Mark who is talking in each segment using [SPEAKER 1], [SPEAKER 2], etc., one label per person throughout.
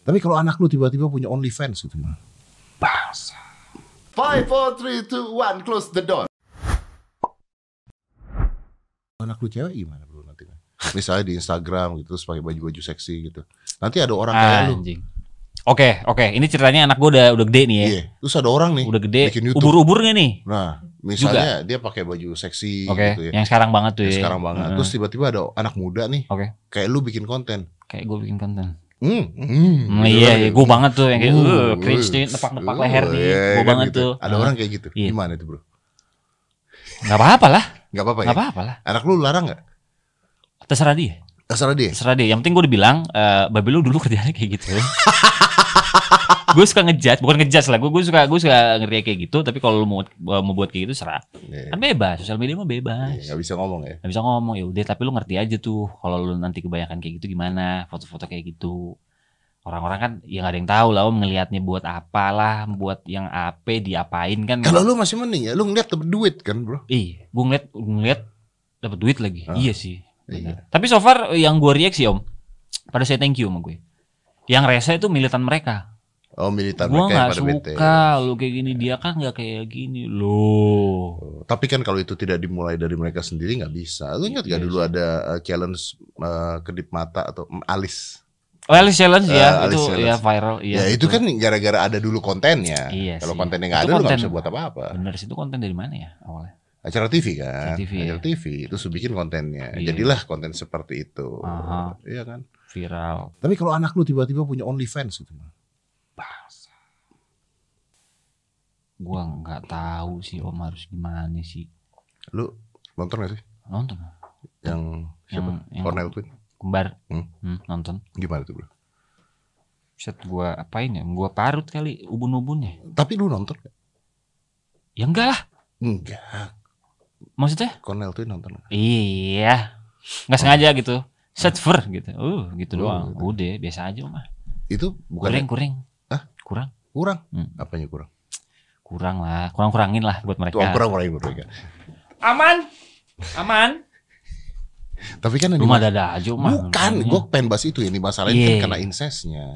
[SPEAKER 1] Tapi kalau anak lu tiba-tiba punya OnlyFans gitu gimana? Bahasa.
[SPEAKER 2] 5, 4, 3, 2, 1, close the door.
[SPEAKER 1] Anak lu cewek gimana bro nanti? Misalnya di Instagram gitu terus pakai baju-baju seksi gitu. Nanti ada orang kayak lu.
[SPEAKER 3] Anjing. Oke, oke. Ini ceritanya anak gue udah udah gede nih ya.
[SPEAKER 1] Iya, terus ada orang nih
[SPEAKER 3] Udah gede.
[SPEAKER 1] bikin YouTube.
[SPEAKER 3] Ubur-ubur nggak nih?
[SPEAKER 1] Nah, misalnya dia pakai baju seksi
[SPEAKER 3] Oke.
[SPEAKER 1] gitu ya.
[SPEAKER 3] Yang sekarang banget tuh
[SPEAKER 1] Yang
[SPEAKER 3] ya.
[SPEAKER 1] sekarang banget.
[SPEAKER 3] Heeh.
[SPEAKER 1] Terus tiba-tiba ada anak muda nih.
[SPEAKER 3] Oke.
[SPEAKER 1] Kayak lu bikin konten.
[SPEAKER 3] Kayak gue bikin konten.
[SPEAKER 1] Hmm, hmm,
[SPEAKER 3] Hmm,
[SPEAKER 1] gitu
[SPEAKER 3] iya,
[SPEAKER 1] kan.
[SPEAKER 3] iya, gue banget tuh yang kayak,
[SPEAKER 1] Uh,
[SPEAKER 3] uh, cringe
[SPEAKER 1] uh,
[SPEAKER 3] nih, nepak-nepak
[SPEAKER 1] uh,
[SPEAKER 3] leher nih,
[SPEAKER 1] iya,
[SPEAKER 3] gue
[SPEAKER 1] kan
[SPEAKER 3] banget
[SPEAKER 1] gitu.
[SPEAKER 3] tuh.
[SPEAKER 1] Ada orang kayak gitu.
[SPEAKER 3] Iya.
[SPEAKER 1] Gimana itu, Bro?
[SPEAKER 3] Gak apa-apa lah,
[SPEAKER 1] Enggak apa-apa ya?
[SPEAKER 3] gak apa-apa lah.
[SPEAKER 1] Anak lu larang enggak?
[SPEAKER 3] Terserah dia,
[SPEAKER 1] Terserah dia.
[SPEAKER 3] terserah dia. Yang penting gue dibilang, eh babi lu dulu kerjanya kayak gitu. gue suka ngejudge, bukan ngejudge lah. Gue gue suka gue suka ngeriak kayak gitu. Tapi kalau lu mau mau buat kayak gitu, serah.
[SPEAKER 1] Iya,
[SPEAKER 3] Kan bebas, sosial media mah bebas.
[SPEAKER 1] Enggak bisa ngomong ya.
[SPEAKER 3] Gak Iya, bisa ngomong ya udah tapi lu ngerti aja tuh kalau lu nanti kebanyakan kayak gitu gimana foto-foto kayak gitu orang-orang kan ya gak ada yang tahu lah om ngelihatnya buat apalah buat yang apa diapain kan
[SPEAKER 1] Kalau lu masih mending ya, lu ngeliat dapet duit kan, Bro?
[SPEAKER 3] iya gue ngeliat gua ngeliat dapat duit lagi
[SPEAKER 1] Ah,
[SPEAKER 3] iya sih benar. tapi so far yang gue reaksi om pada saya thank you sama gue yang rese itu militan mereka
[SPEAKER 1] Oh, militan
[SPEAKER 3] gue
[SPEAKER 1] mereka yang
[SPEAKER 3] nggak
[SPEAKER 1] pada bete.
[SPEAKER 3] suka lu kayak gini dia kan nggak kayak gini loh
[SPEAKER 1] Oh, Tapi kan kalau itu tidak dimulai dari mereka sendiri nggak bisa. Lu ingat gak
[SPEAKER 3] Iya
[SPEAKER 1] dulu ada uh, challenge uh, kedip mata atau mm, alis?
[SPEAKER 3] oh Alice Challenge
[SPEAKER 1] Eh,
[SPEAKER 3] ya
[SPEAKER 1] Alice
[SPEAKER 3] itu
[SPEAKER 1] Challenge.
[SPEAKER 3] ya viral iya
[SPEAKER 1] ya itu
[SPEAKER 3] betul.
[SPEAKER 1] kan gara-gara ada dulu kontennya.
[SPEAKER 3] Iya
[SPEAKER 1] kalau
[SPEAKER 3] sih.
[SPEAKER 1] kontennya nggak
[SPEAKER 3] Itu
[SPEAKER 1] ada, lu nggak
[SPEAKER 3] konten-
[SPEAKER 1] bisa buat apa-apa.
[SPEAKER 3] bener sih itu konten dari mana ya awalnya
[SPEAKER 1] Acara TV kan,
[SPEAKER 3] Acara TV,
[SPEAKER 1] acara
[SPEAKER 3] ya.
[SPEAKER 1] TV itu bikin kontennya.
[SPEAKER 3] Iya.
[SPEAKER 1] Jadilah konten seperti itu.
[SPEAKER 3] Aha.
[SPEAKER 1] Iya kan.
[SPEAKER 3] viral.
[SPEAKER 1] Tapi kalau anak lu tiba-tiba punya OnlyFans gitu.
[SPEAKER 3] Gua nggak tahu sih Om harus gimana sih.
[SPEAKER 1] Lu nonton gak sih
[SPEAKER 3] Nonton
[SPEAKER 1] yang siapa?
[SPEAKER 3] Yang- yang-
[SPEAKER 1] Cornel Quinn.
[SPEAKER 3] kembar.
[SPEAKER 1] Hmm.
[SPEAKER 3] Hmm. nonton.
[SPEAKER 1] Gimana tuh, Bro?
[SPEAKER 3] Set gua apain ya? Gua parut kali ubun-ubunnya.
[SPEAKER 1] Tapi lu nonton nggak?
[SPEAKER 3] Ya enggak lah.
[SPEAKER 1] Enggak.
[SPEAKER 3] Maksudnya?
[SPEAKER 1] Cornel Quinn nonton. nggak?
[SPEAKER 3] Iya. Nggak sengaja gitu. Set ver gitu. Uh, gitu
[SPEAKER 1] Oh,
[SPEAKER 3] doang.
[SPEAKER 1] gitu.
[SPEAKER 3] Udah, biasa aja mah.
[SPEAKER 1] Itu bukan
[SPEAKER 3] Kurang, kurang.
[SPEAKER 1] Hah?
[SPEAKER 3] Kurang.
[SPEAKER 1] kurang.
[SPEAKER 3] Hmm.
[SPEAKER 1] Apanya kurang?
[SPEAKER 3] Kurang lah. Kurang-kurangin lah buat mereka.
[SPEAKER 1] Tuang kurang kurang menurut mereka.
[SPEAKER 3] Aman. Aman.
[SPEAKER 1] Tapi kan yang
[SPEAKER 3] Rumah dada aja mah.
[SPEAKER 1] Bukan, gue pengen bahas itu yang dimasalahin
[SPEAKER 3] Iya.
[SPEAKER 1] kan karena incestnya.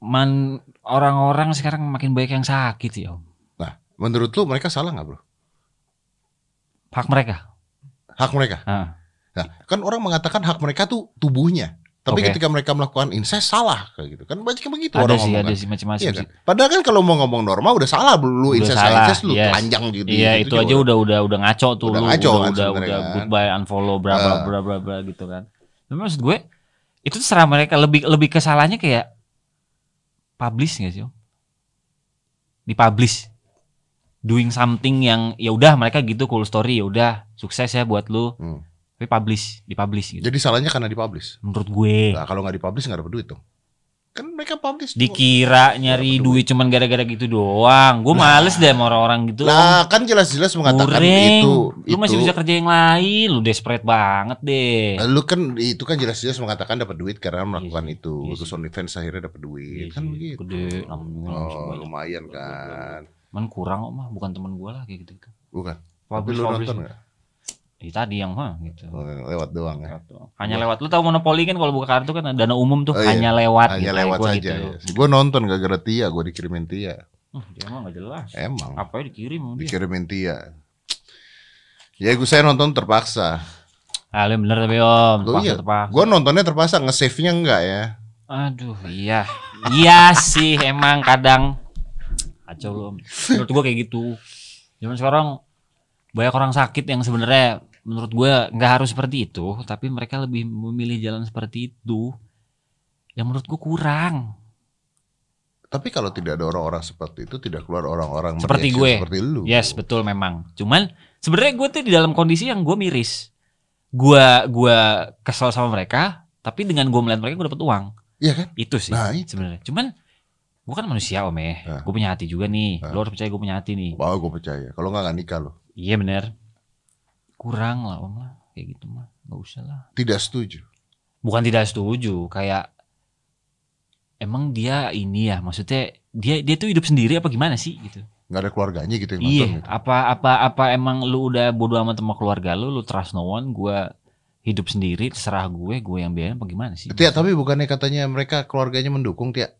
[SPEAKER 3] Man, orang-orang sekarang makin banyak yang sakit ya Om.
[SPEAKER 1] Menurut lu mereka salah nggak bro?
[SPEAKER 3] Hak mereka.
[SPEAKER 1] Hak mereka?
[SPEAKER 3] Heeh.
[SPEAKER 1] Nah, kan orang mengatakan hak mereka tuh tubuhnya. Tapi
[SPEAKER 3] Oke.
[SPEAKER 1] ketika mereka melakukan incest salah kayak gitu. Kan banyak yang begitu
[SPEAKER 3] ada
[SPEAKER 1] orang
[SPEAKER 3] sih,
[SPEAKER 1] ngomong
[SPEAKER 3] ada
[SPEAKER 1] kan.
[SPEAKER 3] sih macam-macam
[SPEAKER 1] Iya
[SPEAKER 3] sih.
[SPEAKER 1] kan? Padahal kan kalau mau ngomong normal udah salah lu
[SPEAKER 3] Udah
[SPEAKER 1] incest
[SPEAKER 3] salah,
[SPEAKER 1] incest lu
[SPEAKER 3] yes.
[SPEAKER 1] telanjang gitu.
[SPEAKER 3] Iya itu aja udah udah udah ngaco tuh
[SPEAKER 1] Udah
[SPEAKER 3] lu
[SPEAKER 1] ngaco
[SPEAKER 3] udah
[SPEAKER 1] kan
[SPEAKER 3] udah,
[SPEAKER 1] sebenarnya
[SPEAKER 3] udah
[SPEAKER 1] kan.
[SPEAKER 3] goodbye unfollow bla bla
[SPEAKER 1] Ah.
[SPEAKER 3] bla bla bla gitu kan. Tapi maksud gue itu terserah mereka lebih lebih kesalahannya kayak publish nggak sih? Om? Di publish doing something yang ya udah mereka gitu cool story ya udah sukses ya buat lu.
[SPEAKER 1] Hmm.
[SPEAKER 3] Tapi publish, di publish gitu.
[SPEAKER 1] Jadi salahnya karena dipublish.
[SPEAKER 3] Menurut gue
[SPEAKER 1] Nah, kalau nggak dipublish nggak dapat duit dong. Kan mereka publish. tuh.
[SPEAKER 3] dikira nyari
[SPEAKER 1] Nggak
[SPEAKER 3] duit cuman gara-gara gitu doang. Gue males deh sama orang-orang gitu. Om.
[SPEAKER 1] Nah, kan jelas-jelas mengatakan
[SPEAKER 3] Goreng.
[SPEAKER 1] itu
[SPEAKER 3] Lu masih
[SPEAKER 1] itu.
[SPEAKER 3] bisa kerja yang lain, lu desperate banget deh.
[SPEAKER 1] Lu kan itu kan jelas-jelas mengatakan dapat duit karena melakukan
[SPEAKER 3] sih,
[SPEAKER 1] itu.
[SPEAKER 3] iya
[SPEAKER 1] Terus OnlyFans akhirnya dapat duit.
[SPEAKER 3] Iya
[SPEAKER 1] kan
[SPEAKER 3] sih,
[SPEAKER 1] begitu.
[SPEAKER 3] gede, enam bulan langsung
[SPEAKER 1] oh,
[SPEAKER 3] banyak.
[SPEAKER 1] lumayan kan.
[SPEAKER 3] Cuman kurang kok mah, bukan teman gua lah kayak gitu.
[SPEAKER 1] Bukan. Tapi
[SPEAKER 3] Publish,
[SPEAKER 1] lu
[SPEAKER 3] publish.
[SPEAKER 1] nonton nggak?
[SPEAKER 3] Ih, tadi yang mah gitu.
[SPEAKER 1] Oh, Lewat doang ya.
[SPEAKER 3] Hanya lewat. Lu tahu monopoli kan kalau buka kartu kan dana umum tuh
[SPEAKER 1] Oh, iya.
[SPEAKER 3] hanya
[SPEAKER 1] Hanya
[SPEAKER 3] lewat gitu.
[SPEAKER 1] lewat
[SPEAKER 3] Gua
[SPEAKER 1] saja. iya.
[SPEAKER 3] gitu.
[SPEAKER 1] Gue nonton gak gara Tia, gue dikirimin Tia.
[SPEAKER 3] Huh, dia mah gak jelas.
[SPEAKER 1] Emang
[SPEAKER 3] Apa ya dikirim sama dia?
[SPEAKER 1] dikirimin Tia. Ya gue saya nonton terpaksa.
[SPEAKER 3] Ah, lu yang bener tapi Om,
[SPEAKER 1] Lu
[SPEAKER 3] terpaksa
[SPEAKER 1] iya.
[SPEAKER 3] terpaksa.
[SPEAKER 1] Gue nontonnya terpaksa, nge-save-nya enggak ya.
[SPEAKER 3] Aduh, iya. iya sih emang kadang kacau lu. Om. Menurut gua kayak gitu. Cuman sekarang banyak orang sakit yang sebenarnya menurut gua nggak harus seperti itu, tapi mereka lebih memilih jalan seperti itu. Yang menurut gua kurang.
[SPEAKER 1] Tapi kalau tidak ada orang-orang seperti itu, tidak keluar orang-orang
[SPEAKER 3] Seperti
[SPEAKER 1] bereaksi
[SPEAKER 3] gue.
[SPEAKER 1] seperti lu.
[SPEAKER 3] Yes, betul memang. Cuman sebenarnya gue tuh di dalam kondisi yang gua miris. Gua gua kesel sama mereka, tapi dengan gua melihat mereka gua dapat uang.
[SPEAKER 1] Iya kan?
[SPEAKER 3] itu sih
[SPEAKER 1] Nah, itu.
[SPEAKER 3] sebenarnya cuman gue kan manusia om ya
[SPEAKER 1] Ah.
[SPEAKER 3] gue punya hati juga nih
[SPEAKER 1] Ah.
[SPEAKER 3] lo harus percaya gue punya hati nih
[SPEAKER 1] Wah, gue percaya. Kalau enggak nggak nikah lo.
[SPEAKER 3] iya bener kurang lah om lah kayak gitu mah nggak usah lah
[SPEAKER 1] Tidak setuju.
[SPEAKER 3] bukan tidak setuju kayak emang dia ini ya maksudnya dia dia tuh hidup sendiri apa gimana sih gitu
[SPEAKER 1] Nggak ada keluarganya gitu yang nonton.
[SPEAKER 3] iya apa apa apa emang lu udah bodo amat sama keluarga lu lu trust no one gue hidup sendiri terserah gue gue yang biayain apa gimana sih
[SPEAKER 1] Tia, tapi bukannya katanya mereka keluarganya mendukung Tia?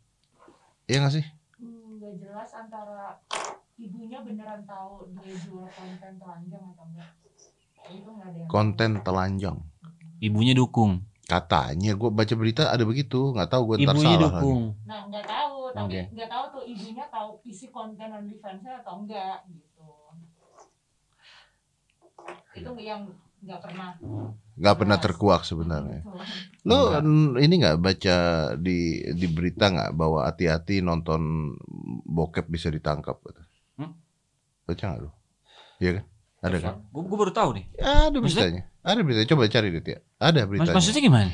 [SPEAKER 1] Iya gak sih?
[SPEAKER 4] Hmm, nggak jelas antara ibunya beneran tahu dia jual konten telanjang atau enggak. Itu nggak ada yang tahu.
[SPEAKER 1] Konten telanjang.
[SPEAKER 3] ibunya dukung
[SPEAKER 1] Katanya gue baca berita ada begitu, nggak tahu gue ntar
[SPEAKER 3] ibunya
[SPEAKER 1] salah. lagi.
[SPEAKER 3] dukung
[SPEAKER 4] Nah, nggak tahu, tapi
[SPEAKER 3] Oke.
[SPEAKER 4] nggak tahu tuh ibunya tahu isi konten OnlyFans-nya atau enggak gitu. Itu yang nggak pernah. gitu.
[SPEAKER 1] Nggak pernah terkuak sebenarnya.
[SPEAKER 4] Tuh.
[SPEAKER 1] Lo
[SPEAKER 3] Iya.
[SPEAKER 1] n- ini nggak baca di di berita nggak bahwa hati-hati nonton bokep bisa ditangkap? gitu?
[SPEAKER 3] Hmm?
[SPEAKER 1] Baca nggak lo? Iya kan? Ada kan?
[SPEAKER 3] gue, gue baru tahu nih
[SPEAKER 1] Ada
[SPEAKER 3] Maksudnya?
[SPEAKER 1] beritanya. Ada beritanya. Coba cari deh Tia. Ada
[SPEAKER 3] Mas,
[SPEAKER 1] beritanya.
[SPEAKER 3] maksudnya gimana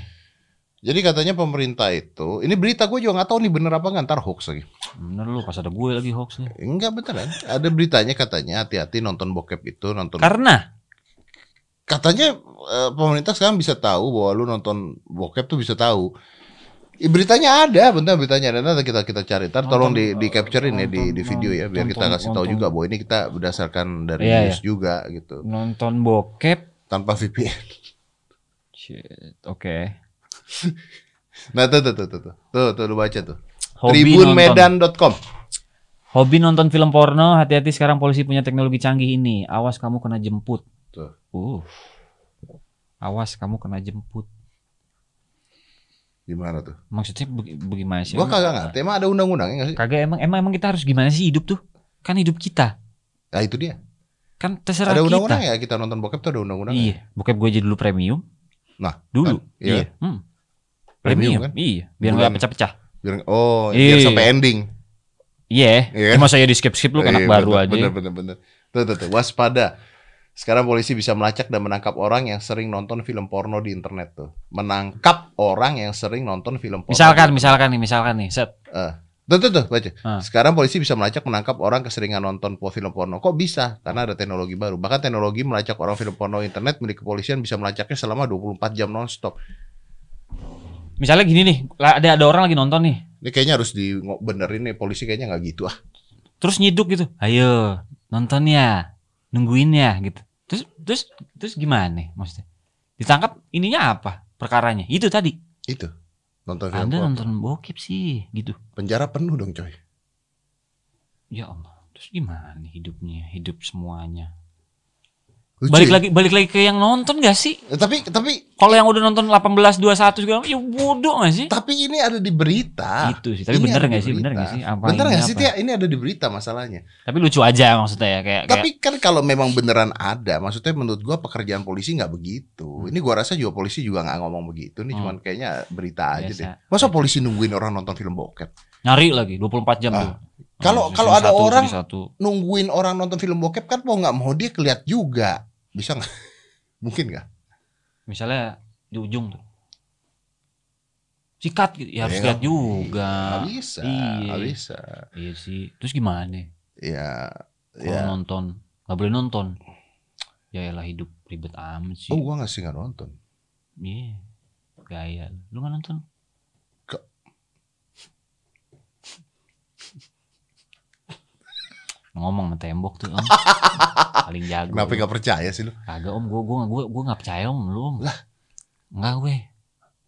[SPEAKER 1] Jadi katanya pemerintah itu, ini berita gue juga nggak tahu nih bener apa nggak ntar hoax lagi.
[SPEAKER 3] bener lu pas ada gue lagi hoaxnya
[SPEAKER 1] Enggak beneran. Ada beritanya katanya hati-hati nonton bokep itu nonton.
[SPEAKER 3] karena
[SPEAKER 1] katanya eh, pemerintah sekarang bisa tahu bahwa lu nonton bokep tuh bisa tahu. Ih, Beritanya ada, bentar beritanya ada. Nanti kita kita cari. Ntar tolong di
[SPEAKER 3] Nonton,
[SPEAKER 1] di capturein ya
[SPEAKER 3] nonton,
[SPEAKER 1] di di video ya biar kita
[SPEAKER 3] nonton,
[SPEAKER 1] kasih tahu
[SPEAKER 3] nonton.
[SPEAKER 1] juga bahwa ini kita berdasarkan dari
[SPEAKER 3] Iya,
[SPEAKER 1] news juga gitu.
[SPEAKER 3] nonton bokep
[SPEAKER 1] Tanpa VPN.
[SPEAKER 3] shit, oke
[SPEAKER 1] Nah, tuh tuh tuh tuh. Tuh, tuh, tuh lu baca tuh.
[SPEAKER 3] Hobi nonton.
[SPEAKER 1] Tribunmedan.com.
[SPEAKER 3] Hobi nonton film porno, hati-hati sekarang polisi punya teknologi canggih ini. Awas kamu kena jemput.
[SPEAKER 1] Tuh.
[SPEAKER 3] Uh. Awas kamu kena jemput.
[SPEAKER 1] Gimana tuh?
[SPEAKER 3] Maksudnya beg- bagaimana sih?
[SPEAKER 1] Gua kagak ngerti. Emang ada undang-undangnya nggak sih?
[SPEAKER 3] Kagak emang emang emang kita harus gimana sih hidup tuh? Kan hidup kita.
[SPEAKER 1] Nah, itu dia.
[SPEAKER 3] Kan terserah
[SPEAKER 1] Ada
[SPEAKER 3] kita.
[SPEAKER 1] undang-undangnya ya kita nonton bokep tuh ada undang-undangnya.
[SPEAKER 3] Iya, bokep gue aja dulu premium.
[SPEAKER 1] Nah,
[SPEAKER 3] Dulu.
[SPEAKER 1] kan, iya.
[SPEAKER 3] Hmm.
[SPEAKER 1] Premium
[SPEAKER 3] Premium,
[SPEAKER 1] kan?
[SPEAKER 3] Iya, biar
[SPEAKER 1] Bulan-
[SPEAKER 3] nggak pecah-pecah.
[SPEAKER 1] Biar- oh, biar
[SPEAKER 3] Iya.
[SPEAKER 1] sampai ending.
[SPEAKER 3] Iya.
[SPEAKER 1] Iya.
[SPEAKER 3] Cuma saya di skip-skip lu anak
[SPEAKER 1] Iya,
[SPEAKER 3] baru
[SPEAKER 1] bener,
[SPEAKER 3] aja.
[SPEAKER 1] Bener bener bener. Tuh tuh tuh waspada. Sekarang polisi bisa melacak dan menangkap orang yang sering nonton film porno di internet tuh. Menangkap orang yang sering nonton film porno.
[SPEAKER 3] Misalkan, misalkan nih, misalkan nih, set.
[SPEAKER 1] Eh, Tuh tuh tuh baca.
[SPEAKER 3] Ah.
[SPEAKER 1] Sekarang polisi bisa melacak menangkap orang keseringan nonton po- film porno. Kok bisa? Karena ada teknologi baru. Bahkan teknologi melacak orang film porno internet milik kepolisian bisa melacaknya selama 24 jam nonstop.
[SPEAKER 3] Misalnya gini nih, la- ada ada orang lagi nonton nih.
[SPEAKER 1] Ini kayaknya harus di benerin nih polisi kayaknya nggak gitu ah.
[SPEAKER 3] terus nyiduk gitu ayo nonton ya nungguin ya gitu terus terus terus gimana nih maksudnya ditangkap ininya apa perkaranya itu tadi
[SPEAKER 1] Itu. Nonton film
[SPEAKER 3] anda
[SPEAKER 1] porno.
[SPEAKER 3] nonton bokep sih gitu
[SPEAKER 1] Penjara penuh dong, coy.
[SPEAKER 3] ya allah terus gimana nih hidupnya hidup semuanya
[SPEAKER 1] Lucu
[SPEAKER 3] balik
[SPEAKER 1] ya?
[SPEAKER 3] lagi balik lagi ke yang nonton gak sih
[SPEAKER 1] Eh, Tapi tapi
[SPEAKER 3] kalau yang udah nonton 18 21 segala macam, ya bodoh gak sih
[SPEAKER 1] Tapi ini ada di berita.
[SPEAKER 3] Itu sih,
[SPEAKER 1] Ini
[SPEAKER 3] tapi bener
[SPEAKER 1] ada
[SPEAKER 3] nggak
[SPEAKER 1] di
[SPEAKER 3] sih? Bener
[SPEAKER 1] berita.
[SPEAKER 3] nggak sih?
[SPEAKER 1] iya,
[SPEAKER 3] Apa
[SPEAKER 1] bener
[SPEAKER 3] ini
[SPEAKER 1] nggak sih
[SPEAKER 3] apa?
[SPEAKER 1] Tia? Ini ada di berita masalahnya.
[SPEAKER 3] tapi lucu aja maksudnya ya kayak
[SPEAKER 1] Tapi kan kalau memang beneran ada, maksudnya menurut gua pekerjaan polisi nggak begitu. Ini gua rasa juga polisi juga nggak ngomong begitu. Ini
[SPEAKER 3] Hmm.
[SPEAKER 1] cuman kayaknya berita aja
[SPEAKER 3] Biasa.
[SPEAKER 1] deh. Masa polisi nungguin orang nonton film bokep?
[SPEAKER 3] kayak nyari lagi 24 jam
[SPEAKER 1] Ah.
[SPEAKER 3] tuh
[SPEAKER 1] Kalau-
[SPEAKER 3] Hmm,
[SPEAKER 1] kalau
[SPEAKER 3] season
[SPEAKER 1] ada
[SPEAKER 3] satu,
[SPEAKER 1] orang-
[SPEAKER 3] season satu.
[SPEAKER 1] Nungguin orang nonton film bokep kan mau nggak mau dia keliat juga. Bisa nggak? Mungkin nggak?
[SPEAKER 3] misalnya di ujung tuh sikat gitu ya harus
[SPEAKER 1] Ya,
[SPEAKER 3] lihat
[SPEAKER 1] nggak-
[SPEAKER 3] juga
[SPEAKER 1] Nggak bisa,
[SPEAKER 3] Ah, Iya.
[SPEAKER 1] nggak bisa.
[SPEAKER 3] iya sih terus gimana nih
[SPEAKER 1] Ya,
[SPEAKER 3] kalau
[SPEAKER 1] ya.
[SPEAKER 3] nonton nggak boleh nonton ya elah hidup ribet amat sih
[SPEAKER 1] Oh, gua nggak sih nggak nonton.
[SPEAKER 3] iya gaya lu nggak nonton
[SPEAKER 1] Ke-
[SPEAKER 3] ngomong sama tembok tuh om paling jago
[SPEAKER 1] Kenapa
[SPEAKER 3] lu.
[SPEAKER 1] nggak percaya sih lu?
[SPEAKER 3] kagak om gua gua gua gua nggak percaya om lu om lah nggak gue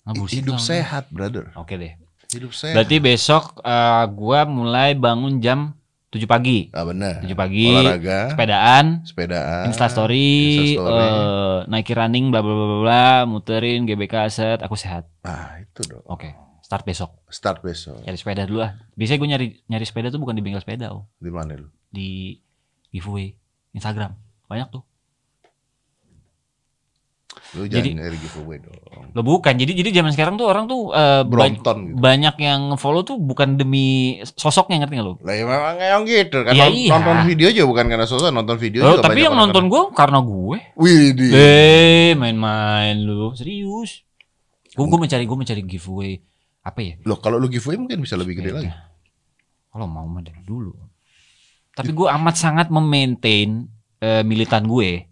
[SPEAKER 3] nggak bullshit
[SPEAKER 1] Hidup
[SPEAKER 3] lah, om.
[SPEAKER 1] sehat, brother.
[SPEAKER 3] oke deh
[SPEAKER 1] Hidup sehat.
[SPEAKER 3] Berarti besok eh, gua mulai bangun jam 7 pagi.
[SPEAKER 1] Ah benar.
[SPEAKER 3] 7 pagi,
[SPEAKER 1] Olahraga,
[SPEAKER 3] sepedaan,
[SPEAKER 1] sepedaan,
[SPEAKER 3] instastory,
[SPEAKER 1] Instastory.
[SPEAKER 3] eh, naikin running, bla bla bla bla bla, muterin GBK set, aku sehat.
[SPEAKER 1] Ah, itu dong.
[SPEAKER 3] Oke, start besok.
[SPEAKER 1] Start besok.
[SPEAKER 3] Cari sepeda dulu ah. Biasanya gue nyari nyari sepeda tuh bukan di bengkel sepeda, oh.
[SPEAKER 1] Di mana lu?
[SPEAKER 3] di giveaway Instagram. Banyak tuh.
[SPEAKER 1] Lu
[SPEAKER 3] Jadi- Eh,
[SPEAKER 1] jangan nyari giveaway dong.
[SPEAKER 3] Lo bukan. Jadi jadi zaman sekarang tuh orang tuh eh, ba-
[SPEAKER 1] Brompton gitu.
[SPEAKER 3] banyak yang follow tuh bukan demi sosoknya ngerti gak lo?
[SPEAKER 1] Lah ya memang yang gitu kan
[SPEAKER 3] Iya,
[SPEAKER 1] nonton,
[SPEAKER 3] iya.
[SPEAKER 1] nonton video juga bukan karena sosok nonton video
[SPEAKER 3] Oh,
[SPEAKER 1] juga banyak
[SPEAKER 3] tapi yang
[SPEAKER 1] orang
[SPEAKER 3] nonton gue karena gue.
[SPEAKER 1] karena- Wih, di.
[SPEAKER 3] Eh, main-main lu, serius. Gue gue mencari gue mencari giveaway apa ya?
[SPEAKER 1] Loh, kalau lu giveaway mungkin bisa lebih gede
[SPEAKER 3] Sepeda.
[SPEAKER 1] lagi.
[SPEAKER 3] Kalau mau mah dari dulu. Tapi gue amat sangat memaintain eh, militan gue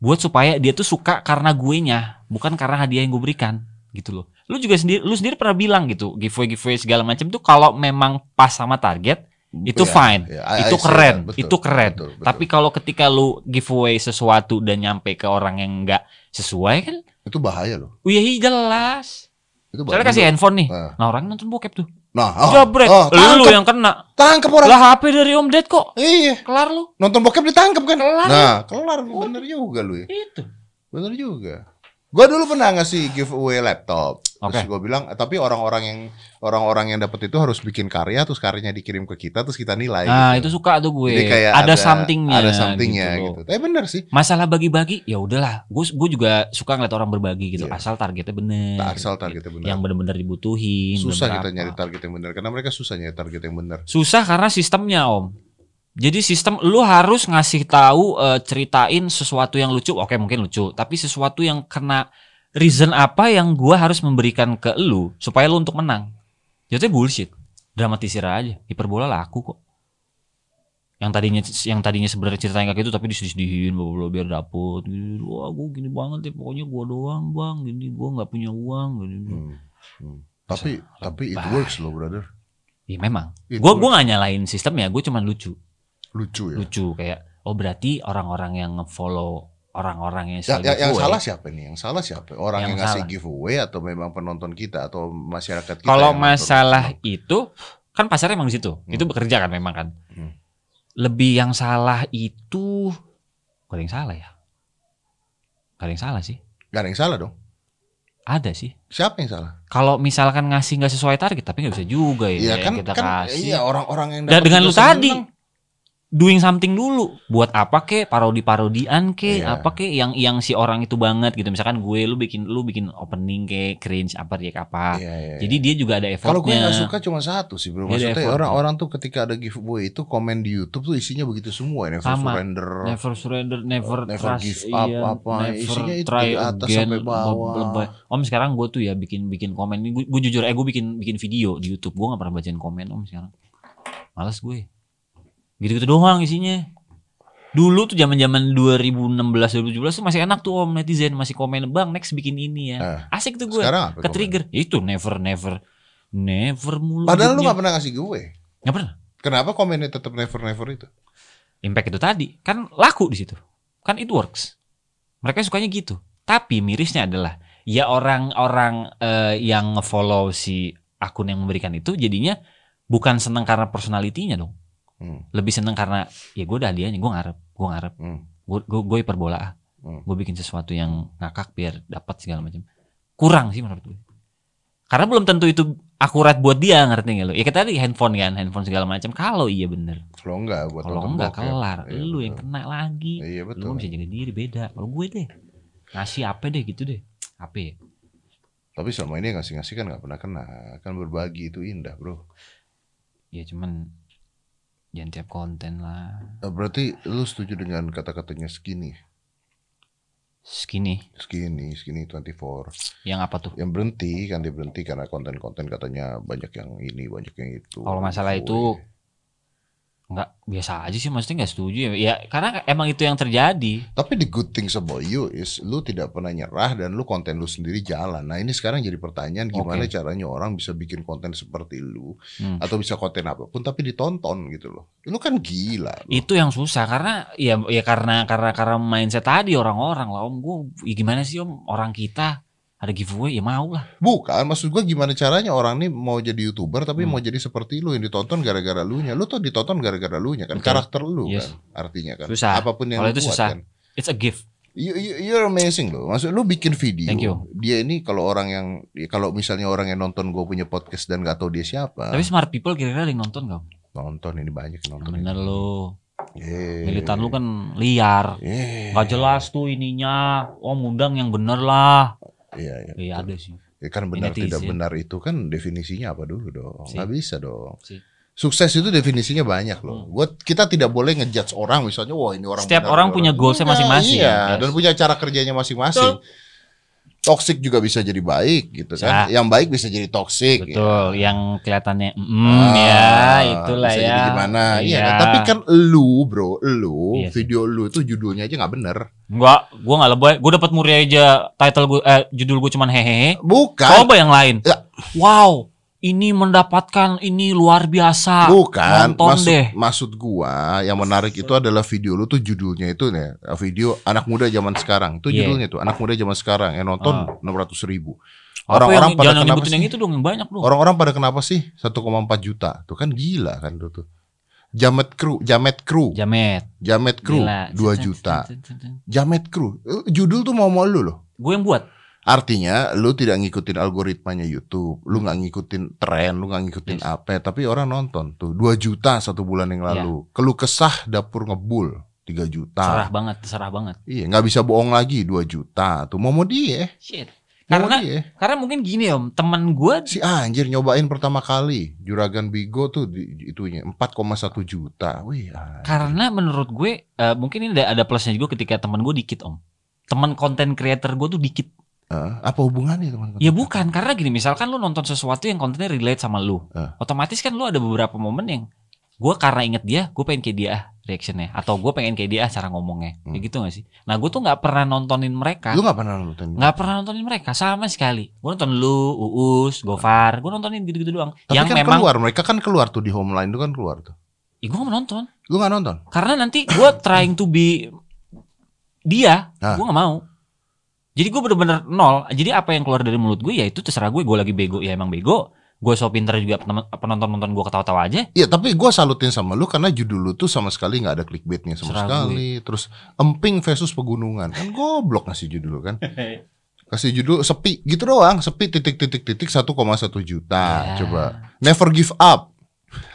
[SPEAKER 3] buat supaya dia tuh suka karena guenya, bukan karena hadiah yang gue berikan gitu loh. Lu juga sendiri lu sendiri pernah bilang gitu, giveaway giveaway segala macam tuh kalau memang pas sama target itu
[SPEAKER 1] Ya,
[SPEAKER 3] fine.
[SPEAKER 1] ya, I-
[SPEAKER 3] itu
[SPEAKER 1] I see
[SPEAKER 3] keren,
[SPEAKER 1] that. Betul,
[SPEAKER 3] itu keren.
[SPEAKER 1] betul, betul.
[SPEAKER 3] Tapi kalau ketika lu giveaway sesuatu dan nyampe ke orang yang nggak sesuai kan
[SPEAKER 1] Itu bahaya loh.
[SPEAKER 3] Oh, iya iya, jelas.
[SPEAKER 1] Itu bahaya.
[SPEAKER 3] Soalnya kasih handphone nih.
[SPEAKER 1] Ah.
[SPEAKER 3] Nah orang nonton bokep tuh.
[SPEAKER 1] Nah, oh,
[SPEAKER 3] Jabret.
[SPEAKER 1] oh,
[SPEAKER 3] lu
[SPEAKER 1] tangkep.
[SPEAKER 3] yang kena.
[SPEAKER 1] tangkep orang.
[SPEAKER 3] Lah HP dari Om Ded kok.
[SPEAKER 1] Iya,
[SPEAKER 3] Kelar lu.
[SPEAKER 1] nonton bokep ditangkep kan.
[SPEAKER 3] Kelar.
[SPEAKER 1] Nah, kelar bener juga lu ya.
[SPEAKER 3] Itu.
[SPEAKER 1] Bener juga. Gue dulu pernah ngasih giveaway laptop. Terus
[SPEAKER 3] Oke.
[SPEAKER 1] gue bilang, "Eh, tapi orang-orang yang orang-orang yang dapat itu harus bikin karya, terus karyanya dikirim ke kita, terus kita nilai.
[SPEAKER 3] Nah
[SPEAKER 1] gitu.
[SPEAKER 3] itu suka tuh gue.
[SPEAKER 1] Jadi kayak
[SPEAKER 3] ada, somethingnya.
[SPEAKER 1] Ada somethingnya
[SPEAKER 3] loh.
[SPEAKER 1] gitu. Tapi bener sih.
[SPEAKER 3] Masalah bagi-bagi ya udahlah. Gue gue juga suka ngeliat orang berbagi gitu.
[SPEAKER 1] Iya.
[SPEAKER 3] Asal targetnya bener.
[SPEAKER 1] Tak asal targetnya bener.
[SPEAKER 3] Yang bener-bener dibutuhin.
[SPEAKER 1] susah
[SPEAKER 3] bener
[SPEAKER 1] kita
[SPEAKER 3] apa.
[SPEAKER 1] nyari target yang bener. Karena mereka susah nyari target yang bener.
[SPEAKER 3] Susah karena sistemnya om. Jadi sistem lu harus ngasih tahu eh, ceritain sesuatu yang lucu. Oke mungkin lucu, tapi sesuatu yang kena reason apa yang gua harus memberikan ke lu supaya lu untuk menang. Jatuhnya bullshit. Dramatisir aja. Hiperbola laku kok. Yang tadinya yang tadinya sebenarnya ceritanya kayak gitu tapi disedih-sedihin bla bla bla, biar dapet. Gitu. Wah, gua gini banget ya pokoknya gua doang, Bang. Gini gua nggak punya uang gini.
[SPEAKER 1] Hmm. Hmm. Tapi tapi it
[SPEAKER 3] Bah.
[SPEAKER 1] works loh, brother.
[SPEAKER 3] Ya memang.
[SPEAKER 1] It
[SPEAKER 3] Gua
[SPEAKER 1] works.
[SPEAKER 3] gua nggak nyalain sistemnya, gua cuman lucu.
[SPEAKER 1] lucu ya.
[SPEAKER 3] lucu kayak oh berarti orang-orang yang ngefollow orang-orang yang
[SPEAKER 1] Ya,
[SPEAKER 3] selalu
[SPEAKER 1] ya- yang
[SPEAKER 3] gue,
[SPEAKER 1] salah siapa nih? Yang salah siapa? Orang yang,
[SPEAKER 3] Yang
[SPEAKER 1] ngasih
[SPEAKER 3] salah.
[SPEAKER 1] giveaway atau memang penonton kita atau masyarakat kita?
[SPEAKER 3] kalau
[SPEAKER 1] yang nonton?
[SPEAKER 3] masalah itu kan pasarnya emang di situ itu bekerja kan memang kan
[SPEAKER 1] Hmm.
[SPEAKER 3] lebih yang salah itu gak ada yang salah ya gak ada yang salah sih
[SPEAKER 1] Gak ada yang salah dong.
[SPEAKER 3] ada sih
[SPEAKER 1] Siapa yang salah?
[SPEAKER 3] kalau misalkan ngasih nggak sesuai target tapi nggak bisa juga ya,
[SPEAKER 1] Iya
[SPEAKER 3] yang
[SPEAKER 1] kan,
[SPEAKER 3] kita
[SPEAKER 1] kan
[SPEAKER 3] kasih
[SPEAKER 1] iya orang-orang yang dapat
[SPEAKER 3] Dan dengan
[SPEAKER 1] itu
[SPEAKER 3] lu tadi
[SPEAKER 1] seneng.
[SPEAKER 3] doing something dulu buat apa kek parodi parodian kek
[SPEAKER 1] Iya.
[SPEAKER 3] apa kek yang yang si orang itu banget gitu misalkan gue lu bikin lu bikin opening kek cringe apa riak
[SPEAKER 1] Iya,
[SPEAKER 3] apa
[SPEAKER 1] iya.
[SPEAKER 3] Ah, jadi dia juga ada
[SPEAKER 1] kalau gue
[SPEAKER 3] effortnya
[SPEAKER 1] nggak suka cuma satu sih bro.
[SPEAKER 3] Iya, ada
[SPEAKER 1] Maksudnya
[SPEAKER 3] effort.
[SPEAKER 1] orang-orang tuh ketika ada giveaway itu komen di YouTube tuh isinya begitu semua, never
[SPEAKER 3] Sama.
[SPEAKER 1] surrender,
[SPEAKER 3] never surrender never,
[SPEAKER 1] Never
[SPEAKER 3] trust
[SPEAKER 1] give up,
[SPEAKER 3] iya,
[SPEAKER 1] apa, isinya itu dari atas sampai bawah.
[SPEAKER 3] om sekarang gue tuh ya bikin bikin komen ini gue, gue jujur eh gue bikin bikin video di YouTube gue nggak pernah bacain komen om sekarang males gue gitu gitu doang isinya dulu tuh zaman zaman 2016 2017 tuh masih enak tuh om netizen masih komen bang next bikin
[SPEAKER 1] Eh,
[SPEAKER 3] ini ya asik tuh gue
[SPEAKER 1] Sekarang apa?
[SPEAKER 3] ke trigger Ya itu never never never
[SPEAKER 1] komen?
[SPEAKER 3] mulu
[SPEAKER 1] Padahal lu
[SPEAKER 3] hidupnya.
[SPEAKER 1] nggak pernah ngasih gue.
[SPEAKER 3] nggak pernah
[SPEAKER 1] Kenapa komennya tetap never never itu?
[SPEAKER 3] impact itu tadi kan laku di situ kan it works mereka sukanya gitu tapi mirisnya adalah ya orang-orang eh, yang follow si akun yang memberikan itu jadinya bukan seneng karena personalitinya dong
[SPEAKER 1] Hmm,
[SPEAKER 3] lebih seneng karena ya gue udah hadiahnya gue ngarep gue ngarep
[SPEAKER 1] hmm.
[SPEAKER 3] gue gue gue hiperbola ah.
[SPEAKER 1] Hmm.
[SPEAKER 3] gue bikin sesuatu yang ngakak biar dapat segala macam kurang sih menurut gue karena belum tentu itu akurat buat dia ngerti nggak lo ya kayak tadi handphone kan handphone segala macam kalau iya bener
[SPEAKER 1] Kalau enggak buat
[SPEAKER 3] kalau
[SPEAKER 1] nonton
[SPEAKER 3] enggak
[SPEAKER 1] bokep.
[SPEAKER 3] kelar
[SPEAKER 1] Iya,
[SPEAKER 3] lu yang
[SPEAKER 1] betul.
[SPEAKER 3] kena lagi
[SPEAKER 1] Iya
[SPEAKER 3] lu
[SPEAKER 1] betul.
[SPEAKER 3] nggak bisa jaga diri beda kalau gue deh ngasih apa deh gitu deh apa ya?
[SPEAKER 1] Tapi selama ini ngasih ngasih kan nggak pernah kena. Kan berbagi itu indah bro.
[SPEAKER 3] ya cuman jangan tiap konten lah
[SPEAKER 1] Eh, Berarti lu setuju dengan kata-katanya skinny,
[SPEAKER 3] segini
[SPEAKER 1] skinny, skinny 24.
[SPEAKER 3] yang apa tuh
[SPEAKER 1] yang berhenti kan dia berhenti karena konten-konten katanya banyak yang ini banyak yang itu
[SPEAKER 3] Kalau masalah
[SPEAKER 1] Oh,
[SPEAKER 3] itu-
[SPEAKER 1] iya.
[SPEAKER 3] nggak biasa aja sih maksudnya nggak setuju ya. ya karena emang itu yang terjadi
[SPEAKER 1] tapi the good things about you is lu tidak pernah nyerah dan lu konten lu sendiri jalan nah ini sekarang jadi pertanyaan gimana
[SPEAKER 3] Oke.
[SPEAKER 1] caranya orang bisa bikin konten seperti lu
[SPEAKER 3] Hmm.
[SPEAKER 1] atau bisa konten apapun tapi ditonton gitu loh lu kan gila bro.
[SPEAKER 3] itu yang susah karena ya ya karena karena karena mindset tadi orang-orang lah om gue ya gimana sih om orang kita ada giveaway ya mau lah
[SPEAKER 1] bukan maksud gua gimana caranya orang nih mau jadi youtuber tapi
[SPEAKER 3] Hmm.
[SPEAKER 1] mau jadi seperti lu yang ditonton gara-gara lu nya lu tuh ditonton gara-gara lu nya kan
[SPEAKER 3] Betul.
[SPEAKER 1] karakter lu kan
[SPEAKER 3] Yes.
[SPEAKER 1] artinya kan
[SPEAKER 3] Susah.
[SPEAKER 1] apapun yang
[SPEAKER 3] Kalau
[SPEAKER 1] lu
[SPEAKER 3] itu
[SPEAKER 1] buat
[SPEAKER 3] susah.
[SPEAKER 1] kan
[SPEAKER 3] it's a gift
[SPEAKER 1] You, you, you're amazing loh. Maksud lu bikin video.
[SPEAKER 3] Thank you.
[SPEAKER 1] Dia ini kalau orang yang ya kalau misalnya orang yang nonton gue punya podcast dan gak tahu dia siapa.
[SPEAKER 3] tapi smart people kira-kira ada yang nonton gak om?
[SPEAKER 1] nonton ini banyak Ah. yang nonton.
[SPEAKER 3] bener lo
[SPEAKER 1] Yeay.
[SPEAKER 3] militan lu kan liar
[SPEAKER 1] Yeay.
[SPEAKER 3] Gak jelas tuh ininya. Oh ngundang yang bener lah.
[SPEAKER 1] Iya, iya.
[SPEAKER 3] Iya ada sih.
[SPEAKER 1] Ya kan benar
[SPEAKER 3] Netizen.
[SPEAKER 1] tidak benar itu kan definisinya apa dulu dong.
[SPEAKER 3] Si.
[SPEAKER 1] Gak bisa dong.
[SPEAKER 3] Si.
[SPEAKER 1] Sukses itu definisinya banyak loh. Gua kita tidak boleh ngejudge orang misalnya wah ini orang
[SPEAKER 3] Hmm. Setiap
[SPEAKER 1] benar,
[SPEAKER 3] orang
[SPEAKER 1] ini
[SPEAKER 3] punya goalsnya
[SPEAKER 1] Enggak,
[SPEAKER 3] masing-masing,
[SPEAKER 1] Iya,
[SPEAKER 3] ya, guys.
[SPEAKER 1] dan punya cara kerjanya masing-masing. Toxic juga bisa jadi baik gitu kan. Yang baik bisa jadi toxic. ya.
[SPEAKER 3] Betul. Yang kelihatannya, mm,
[SPEAKER 1] Ah,
[SPEAKER 3] ya itulah
[SPEAKER 1] bisa
[SPEAKER 3] ya.
[SPEAKER 1] Jadi gimana? Iya.
[SPEAKER 3] Iya.
[SPEAKER 1] kan? Tapi kan lu bro, lu
[SPEAKER 3] Iya sih.
[SPEAKER 1] video lu itu judulnya aja nggak bener.
[SPEAKER 3] Enggak, gue nggak lebay. Gue dapat
[SPEAKER 1] Kan?
[SPEAKER 3] muria aja. Title gue, eh, judul gue cuman hehehe.
[SPEAKER 1] Bukan.
[SPEAKER 3] Coba yang lain.
[SPEAKER 1] Ya.
[SPEAKER 3] Wow. ini mendapatkan ini luar biasa.
[SPEAKER 1] Bukan,
[SPEAKER 3] Nonton
[SPEAKER 1] maksud,
[SPEAKER 3] deh.
[SPEAKER 1] maksud gua yang menarik itu adalah video lu tuh judulnya itu nih, video anak muda zaman sekarang. Itu
[SPEAKER 3] Iya. Ah.
[SPEAKER 1] judulnya tuh anak muda zaman sekarang yang nonton 600 ribu.
[SPEAKER 3] Apa
[SPEAKER 1] Orang-orang
[SPEAKER 3] yang-
[SPEAKER 1] pada
[SPEAKER 3] jangan
[SPEAKER 1] kenapa
[SPEAKER 3] nyebutin yang
[SPEAKER 1] sih?
[SPEAKER 3] itu dong, yang banyak dong.
[SPEAKER 1] Orang-orang pada kenapa sih 1,4 juta? Tuh kan gila kan tuh tuh. Jamet Crew, Jamet Crew,
[SPEAKER 3] Jamet.
[SPEAKER 1] Jamet Crew
[SPEAKER 3] gila.
[SPEAKER 1] 2 juta. Jamet Crew, eh, judul tuh mau mau lu loh.
[SPEAKER 3] Gue yang buat.
[SPEAKER 1] Artinya lu tidak ngikutin algoritmanya YouTube, lu nggak ngikutin tren, lu nggak ngikutin
[SPEAKER 3] Yes.
[SPEAKER 1] apa, tapi orang nonton tuh 2 juta satu bulan yang lalu. Keluh kesah dapur ngebul 3
[SPEAKER 3] Iya.
[SPEAKER 1] juta.
[SPEAKER 3] Serah banget, serah banget.
[SPEAKER 1] Iya, nggak bisa bohong lagi 2 juta. Tuh mau mau dia.
[SPEAKER 3] Shit.
[SPEAKER 1] Mau
[SPEAKER 3] Karena
[SPEAKER 1] dia.
[SPEAKER 3] karena mungkin gini om, teman gue
[SPEAKER 1] Si anjir nyobain pertama kali Juragan Bigo tuh di, itunya 4,1 juta. Wih. ah, anjir.
[SPEAKER 3] Karena menurut gue eh, mungkin ini ada, ada plusnya juga ketika teman gue dikit om. Teman konten creator gue tuh dikit.
[SPEAKER 1] Eh, apa hubungannya teman-teman?
[SPEAKER 3] Ya bukan karena gini misalkan lu nonton sesuatu yang kontennya relate sama lu,
[SPEAKER 1] Eh.
[SPEAKER 3] otomatis kan lu ada beberapa momen yang gue karena inget dia, gue pengen kayak dia ah, reactionnya, atau gue pengen kayak dia ah, cara ngomongnya,
[SPEAKER 1] Hmm.
[SPEAKER 3] ya gitu gak sih? Nah gue tuh nggak pernah nontonin mereka,
[SPEAKER 1] Lu gak pernah nonton?
[SPEAKER 3] nggak pernah nontonin mereka sama sekali. Gue nonton lu, Uus, Gofar, gue nontonin gitu-gitu doang.
[SPEAKER 1] Tapi
[SPEAKER 3] yang
[SPEAKER 1] kan
[SPEAKER 3] memang,
[SPEAKER 1] keluar, mereka kan keluar tuh di home line tuh kan keluar tuh.
[SPEAKER 3] ih gue mau nonton,
[SPEAKER 1] Lu gak nonton?
[SPEAKER 3] karena nanti gue trying to be dia
[SPEAKER 1] Ah.
[SPEAKER 3] gue nggak mau jadi gue bener-bener nol jadi apa yang keluar dari mulut gue ya itu terserah gue gue lagi bego ya emang bego gue so pinter juga penonton penonton gue ketawa-tawa aja
[SPEAKER 1] Iya tapi gua salutin sama lu karena judul lu tuh sama sekali nggak ada clickbaitnya sama
[SPEAKER 3] Serah
[SPEAKER 1] sekali. Terus emping versus pegunungan kan goblok ngasih judul kan. Kasih judul sepi gitu doang sepi titik titik titik 1,1 juta
[SPEAKER 3] Ya.
[SPEAKER 1] coba. Never give up.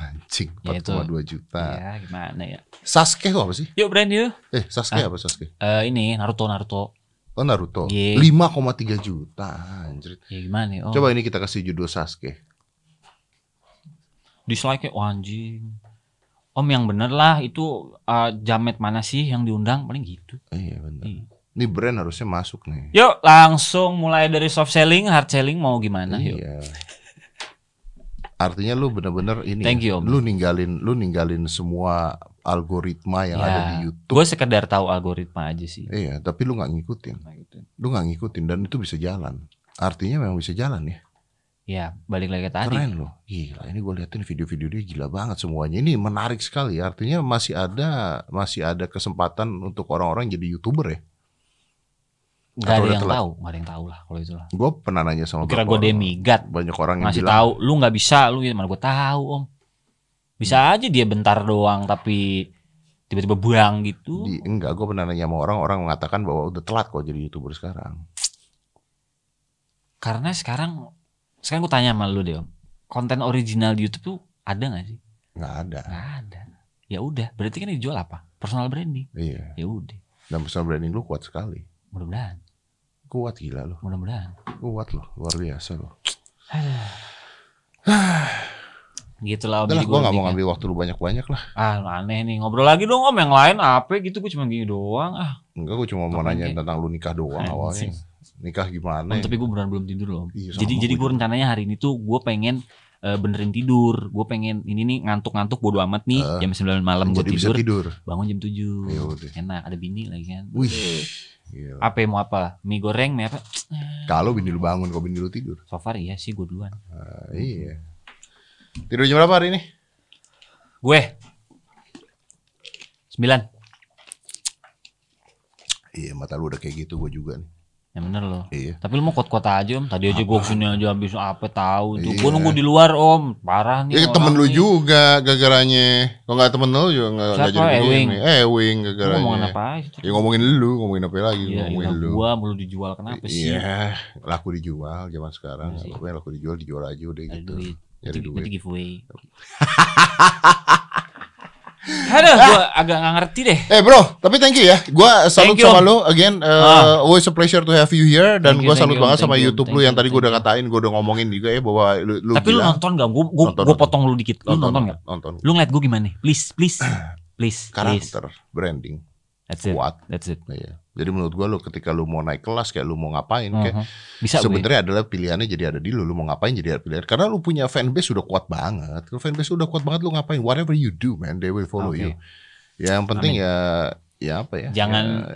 [SPEAKER 1] Anjing
[SPEAKER 3] Ya, itu.
[SPEAKER 1] 4,2 juta.
[SPEAKER 3] ya gimana ya
[SPEAKER 1] Sasuke tuh apa sih?
[SPEAKER 3] yuk brand yuk
[SPEAKER 1] Eh Sasuke apa Sasuke?
[SPEAKER 3] Eh, ini Naruto Naruto
[SPEAKER 1] Oh Naruto.
[SPEAKER 3] Iya.
[SPEAKER 1] 5,3 juta anjir.
[SPEAKER 3] ya gimana ya oh.
[SPEAKER 1] Coba ini kita kasih judul Sasuke.
[SPEAKER 3] dislike wah oh, anjing om yang bener lah itu eh, jamet mana sih yang diundang paling gitu
[SPEAKER 1] Iya bener.
[SPEAKER 3] Iya.
[SPEAKER 1] Ini brand harusnya masuk nih.
[SPEAKER 3] yuk langsung mulai dari soft selling hard selling mau gimana yuk
[SPEAKER 1] iya. Artinya lu bener-bener ini.
[SPEAKER 3] Thank
[SPEAKER 1] ya,
[SPEAKER 3] you, Om.
[SPEAKER 1] Lu ninggalin lu ninggalin semua algoritma yang
[SPEAKER 3] Ya.
[SPEAKER 1] ada di YouTube.
[SPEAKER 3] gue sekedar tahu algoritma aja sih
[SPEAKER 1] Iya, tapi lu nggak ngikutin. Lu nggak ngikutin dan itu bisa jalan. Artinya memang bisa jalan ya.
[SPEAKER 3] Ya, balik lagi ke tadi.
[SPEAKER 1] Keren loh. Gila, ini gue liatin video-video dia gila banget semuanya. Ini menarik sekali. Artinya masih ada masih ada kesempatan untuk orang-orang jadi YouTuber ya.
[SPEAKER 3] Gak
[SPEAKER 1] Atau
[SPEAKER 3] ada
[SPEAKER 1] udah
[SPEAKER 3] yang
[SPEAKER 1] telat?
[SPEAKER 3] tahu, gak ada yang tahu lah kalau itu lah.
[SPEAKER 1] Gue pernah nanya sama
[SPEAKER 3] Lu kira gue
[SPEAKER 1] beberapa orang.
[SPEAKER 3] demigod
[SPEAKER 1] Banyak orang yang
[SPEAKER 3] ngasih
[SPEAKER 1] bilang
[SPEAKER 3] tahu, lu nggak bisa, lu gimana gue tahu om.
[SPEAKER 1] Hmm.
[SPEAKER 3] Bisa aja dia bentar doang tapi tiba-tiba buang gitu.
[SPEAKER 1] di, enggak, gue pernah nanya sama orang, orang mengatakan bahwa udah telat kok jadi YouTuber sekarang.
[SPEAKER 3] Karena sekarang, sekarang gue tanya sama lu deh om, konten original di YouTube tuh ada nggak sih?
[SPEAKER 1] nggak ada
[SPEAKER 3] Nggak ada. Ya udah, berarti kan yang dijual apa? Personal branding.
[SPEAKER 1] iya
[SPEAKER 3] Ya udah,
[SPEAKER 1] dan personal branding lu kuat sekali
[SPEAKER 3] mudah-mudahan,
[SPEAKER 1] kuat gila lu
[SPEAKER 3] mudah-mudahan.
[SPEAKER 1] kuat lu luar biasa lu
[SPEAKER 3] Gitu lah om.
[SPEAKER 1] udah lah
[SPEAKER 3] jadi
[SPEAKER 1] gue nggak mau
[SPEAKER 3] mendingan-
[SPEAKER 1] ngambil waktu lu banyak banyak lah
[SPEAKER 3] Ah aneh nih, ngobrol lagi dong om yang lain apa gitu, gue cuma gini doang. Ah,
[SPEAKER 1] enggak gue cuma mau
[SPEAKER 3] Apaan,
[SPEAKER 1] nanya
[SPEAKER 3] Kek?
[SPEAKER 1] tentang lu nikah doang
[SPEAKER 3] Anjing.
[SPEAKER 1] awalnya nikah gimana
[SPEAKER 3] Om,
[SPEAKER 1] ya?
[SPEAKER 3] tapi gue beneran belum tidur loh. Om.
[SPEAKER 1] Iya, sama
[SPEAKER 3] jadi jadi
[SPEAKER 1] gua
[SPEAKER 3] gue
[SPEAKER 1] juga.
[SPEAKER 3] rencananya hari ini tuh gue pengen eh, benerin tidur. Gue pengen ini nih ngantuk-ngantuk bodo amat nih.
[SPEAKER 1] Eh,
[SPEAKER 3] jam 9 malam gue
[SPEAKER 1] jadi bisa
[SPEAKER 3] tidur,
[SPEAKER 1] tidur
[SPEAKER 3] bangun jam 7.
[SPEAKER 1] Ya udah.
[SPEAKER 3] Enak, ada bini lagi kan.
[SPEAKER 1] wih gila.
[SPEAKER 3] Apa yang mau apa? Mie goreng, mie apa?
[SPEAKER 1] kalau bini lu bangun kalau bini lu tidur
[SPEAKER 3] So far iya sih gue duluan.
[SPEAKER 1] Ah, iya tidur jam berapa hari ini
[SPEAKER 3] Gue 9.
[SPEAKER 1] iya mata lu udah kayak gitu gue juga nih
[SPEAKER 3] Ya bener loh.
[SPEAKER 1] iya
[SPEAKER 3] Tapi lu mau kot-kot aja om. Tadi aja gue kesini aja habis apa tahu itu. Gue
[SPEAKER 1] Iya.
[SPEAKER 3] nunggu di luar om. Parah nih.
[SPEAKER 1] Ya
[SPEAKER 3] orang
[SPEAKER 1] temen lu
[SPEAKER 3] nih.
[SPEAKER 1] juga gara-garanya Kalau gak temen lu juga gak,
[SPEAKER 3] Siapa?
[SPEAKER 1] jadi
[SPEAKER 3] Ewing.
[SPEAKER 1] begini Eh Wing
[SPEAKER 3] Lu ngomongin
[SPEAKER 1] gara-garanya
[SPEAKER 3] apa aja?
[SPEAKER 1] Ya ngomongin lu, ngomongin apa lagi
[SPEAKER 3] Iya,
[SPEAKER 1] Ngomongin
[SPEAKER 3] ilah
[SPEAKER 1] lu
[SPEAKER 3] gua mulu dijual kenapa sih?
[SPEAKER 1] Iya, laku dijual zaman sekarang.
[SPEAKER 3] Iya sih.
[SPEAKER 1] Apa laku dijual dijual aja udah
[SPEAKER 3] Ada
[SPEAKER 1] gitu.
[SPEAKER 3] duit.
[SPEAKER 1] Nyari
[SPEAKER 3] Nanti-
[SPEAKER 1] duit.
[SPEAKER 3] nanti giveaway. Aduh, gua agak nggak ngerti deh.
[SPEAKER 1] Eh bro, tapi thank you ya. Gua salut
[SPEAKER 3] Thank you,
[SPEAKER 1] sama
[SPEAKER 3] Om.
[SPEAKER 1] lu again. uh,
[SPEAKER 3] Ah.
[SPEAKER 1] Always a pleasure to have you here dan
[SPEAKER 3] Thank
[SPEAKER 1] gua
[SPEAKER 3] you, thank
[SPEAKER 1] salut
[SPEAKER 3] you,
[SPEAKER 1] banget
[SPEAKER 3] Om.
[SPEAKER 1] sama
[SPEAKER 3] Thank you,
[SPEAKER 1] YouTube
[SPEAKER 3] Om.
[SPEAKER 1] lu yang
[SPEAKER 3] Thank
[SPEAKER 1] tadi
[SPEAKER 3] you,
[SPEAKER 1] gua udah
[SPEAKER 3] thank you.
[SPEAKER 1] katain, gua udah ngomongin juga ya bahwa lu lu
[SPEAKER 3] Tapi lu
[SPEAKER 1] gila.
[SPEAKER 3] nonton gak? Gua gua,
[SPEAKER 1] Nonton,
[SPEAKER 3] gua
[SPEAKER 1] nonton.
[SPEAKER 3] potong lu dikit. Lu nonton Ah, gak?
[SPEAKER 1] Nonton.
[SPEAKER 3] Lu ngeliat gua gimana? Please, please. Please, please.
[SPEAKER 1] Karakter, branding,
[SPEAKER 3] That's it.
[SPEAKER 1] kuat.
[SPEAKER 3] That's it.
[SPEAKER 1] Iya. Jadi menurut gua lu ketika lu mau naik kelas kayak lu mau ngapain kayak
[SPEAKER 3] Mhm. Bisa gue.
[SPEAKER 1] sebenarnya adalah pilihannya jadi ada di lu lu mau ngapain jadi ada pilihan karena lu punya fanbase sudah kuat banget kalau fanbase udah kuat banget lu ngapain whatever you do man they will follow
[SPEAKER 3] Ah,
[SPEAKER 1] you
[SPEAKER 3] Oke.
[SPEAKER 1] yang penting ya ya apa ya
[SPEAKER 3] Jangan ya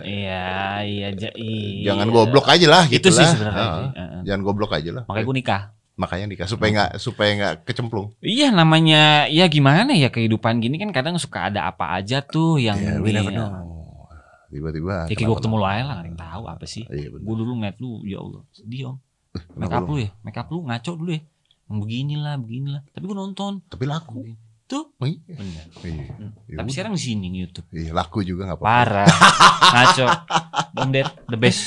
[SPEAKER 3] iya ja-
[SPEAKER 1] ya,
[SPEAKER 3] iya.
[SPEAKER 1] jangan goblok aja lah
[SPEAKER 3] Itu
[SPEAKER 1] gitu
[SPEAKER 3] sih
[SPEAKER 1] lah
[SPEAKER 3] sebenarnya.
[SPEAKER 1] Heeh.
[SPEAKER 3] Heeh.
[SPEAKER 1] jangan goblok aja lah
[SPEAKER 3] Makanya gua nikah.
[SPEAKER 1] Makanya nikah supaya nggak supaya nggak kecemplung.
[SPEAKER 3] Iya namanya ya gimana ya kehidupan gini kan kadang suka ada apa aja tuh yang
[SPEAKER 1] Ya, we
[SPEAKER 3] di-
[SPEAKER 1] never know. Tiba-tiba.
[SPEAKER 3] Ya kayak gue ketemu lo aja lah, nggak ada yang tahu apa sih.
[SPEAKER 1] Iya benar.
[SPEAKER 3] Gue dulu ngeliat lu, ya Allah, sedih om. Make
[SPEAKER 1] Eh, Kenapa lu?
[SPEAKER 3] up lu ya, make up lu ngaco dulu ya. Yang beginilah, beginilah. Tapi gue nonton.
[SPEAKER 1] Tapi laku.
[SPEAKER 3] Tuh,
[SPEAKER 1] Iya.
[SPEAKER 3] bener.
[SPEAKER 1] Iya. Ya
[SPEAKER 3] Hmm. Tapi
[SPEAKER 1] udah.
[SPEAKER 3] sekarang di sini YouTube.
[SPEAKER 1] Iya, laku juga nggak apa-apa.
[SPEAKER 3] Parah. ngaco. Om Ded, the best.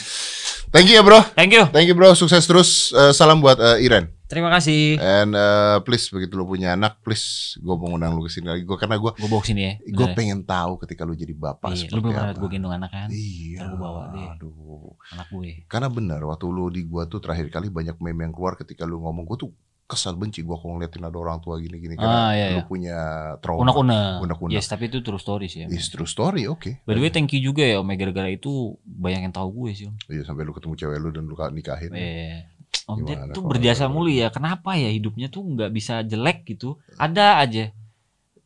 [SPEAKER 1] Thank you ya bro.
[SPEAKER 3] Thank you.
[SPEAKER 1] Thank you bro. Sukses terus. Eh, salam buat eh, Iren.
[SPEAKER 3] Terima kasih.
[SPEAKER 1] And eh, please begitu lu punya anak, please gue mau ngundang lu kesini lagi. Gue karena gue
[SPEAKER 3] Gue bawa kesini ya.
[SPEAKER 1] gue
[SPEAKER 3] bener ya.
[SPEAKER 1] pengen tahu ketika lu jadi bapak
[SPEAKER 3] Iya,
[SPEAKER 1] seperti
[SPEAKER 3] lu belum pernah
[SPEAKER 1] apa.
[SPEAKER 3] gue gendong anak kan?
[SPEAKER 1] Iya.
[SPEAKER 3] Ntar gua bawa deh.
[SPEAKER 1] Aduh.
[SPEAKER 3] Anak gue.
[SPEAKER 1] Karena benar waktu lu di gua tuh terakhir kali banyak meme yang keluar ketika lu ngomong gua tuh kesal benci gua kalau ngeliatin ada orang tua gini-gini karena
[SPEAKER 3] Ah, iya,
[SPEAKER 1] lu
[SPEAKER 3] iya.
[SPEAKER 1] punya trauma.
[SPEAKER 3] Unek-unek.
[SPEAKER 1] Oh, Unek-unek.
[SPEAKER 3] Yes, tapi itu true story sih. emang.
[SPEAKER 1] It's true story, oke.
[SPEAKER 3] By the way, thank you juga ya Om. ya, Gara-gara itu banyak yang tahu gue sih Om.
[SPEAKER 1] Iya sampai lu ketemu cewek lu dan lu nikahin.
[SPEAKER 3] Eh,
[SPEAKER 1] Gimana
[SPEAKER 3] Om Ded tuh
[SPEAKER 1] kalau- gitu?
[SPEAKER 3] berjasa mulu ya. Kenapa ya hidupnya tuh nggak bisa jelek gitu? Ada aja.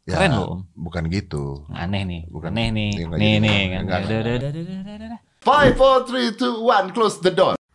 [SPEAKER 3] Keren
[SPEAKER 1] Ya,
[SPEAKER 3] loh Om.
[SPEAKER 1] Bukan gitu.
[SPEAKER 3] Aneh nih.
[SPEAKER 1] Bukan.
[SPEAKER 3] Aneh nih.
[SPEAKER 1] Iya, nggak
[SPEAKER 3] Nih
[SPEAKER 1] jadi.
[SPEAKER 3] nih.
[SPEAKER 1] Nggak,
[SPEAKER 3] kan.
[SPEAKER 1] nggak,
[SPEAKER 3] Dadah, dadah, dadah, dadah, dadah.
[SPEAKER 2] Five, four, three, two, one. Close the door.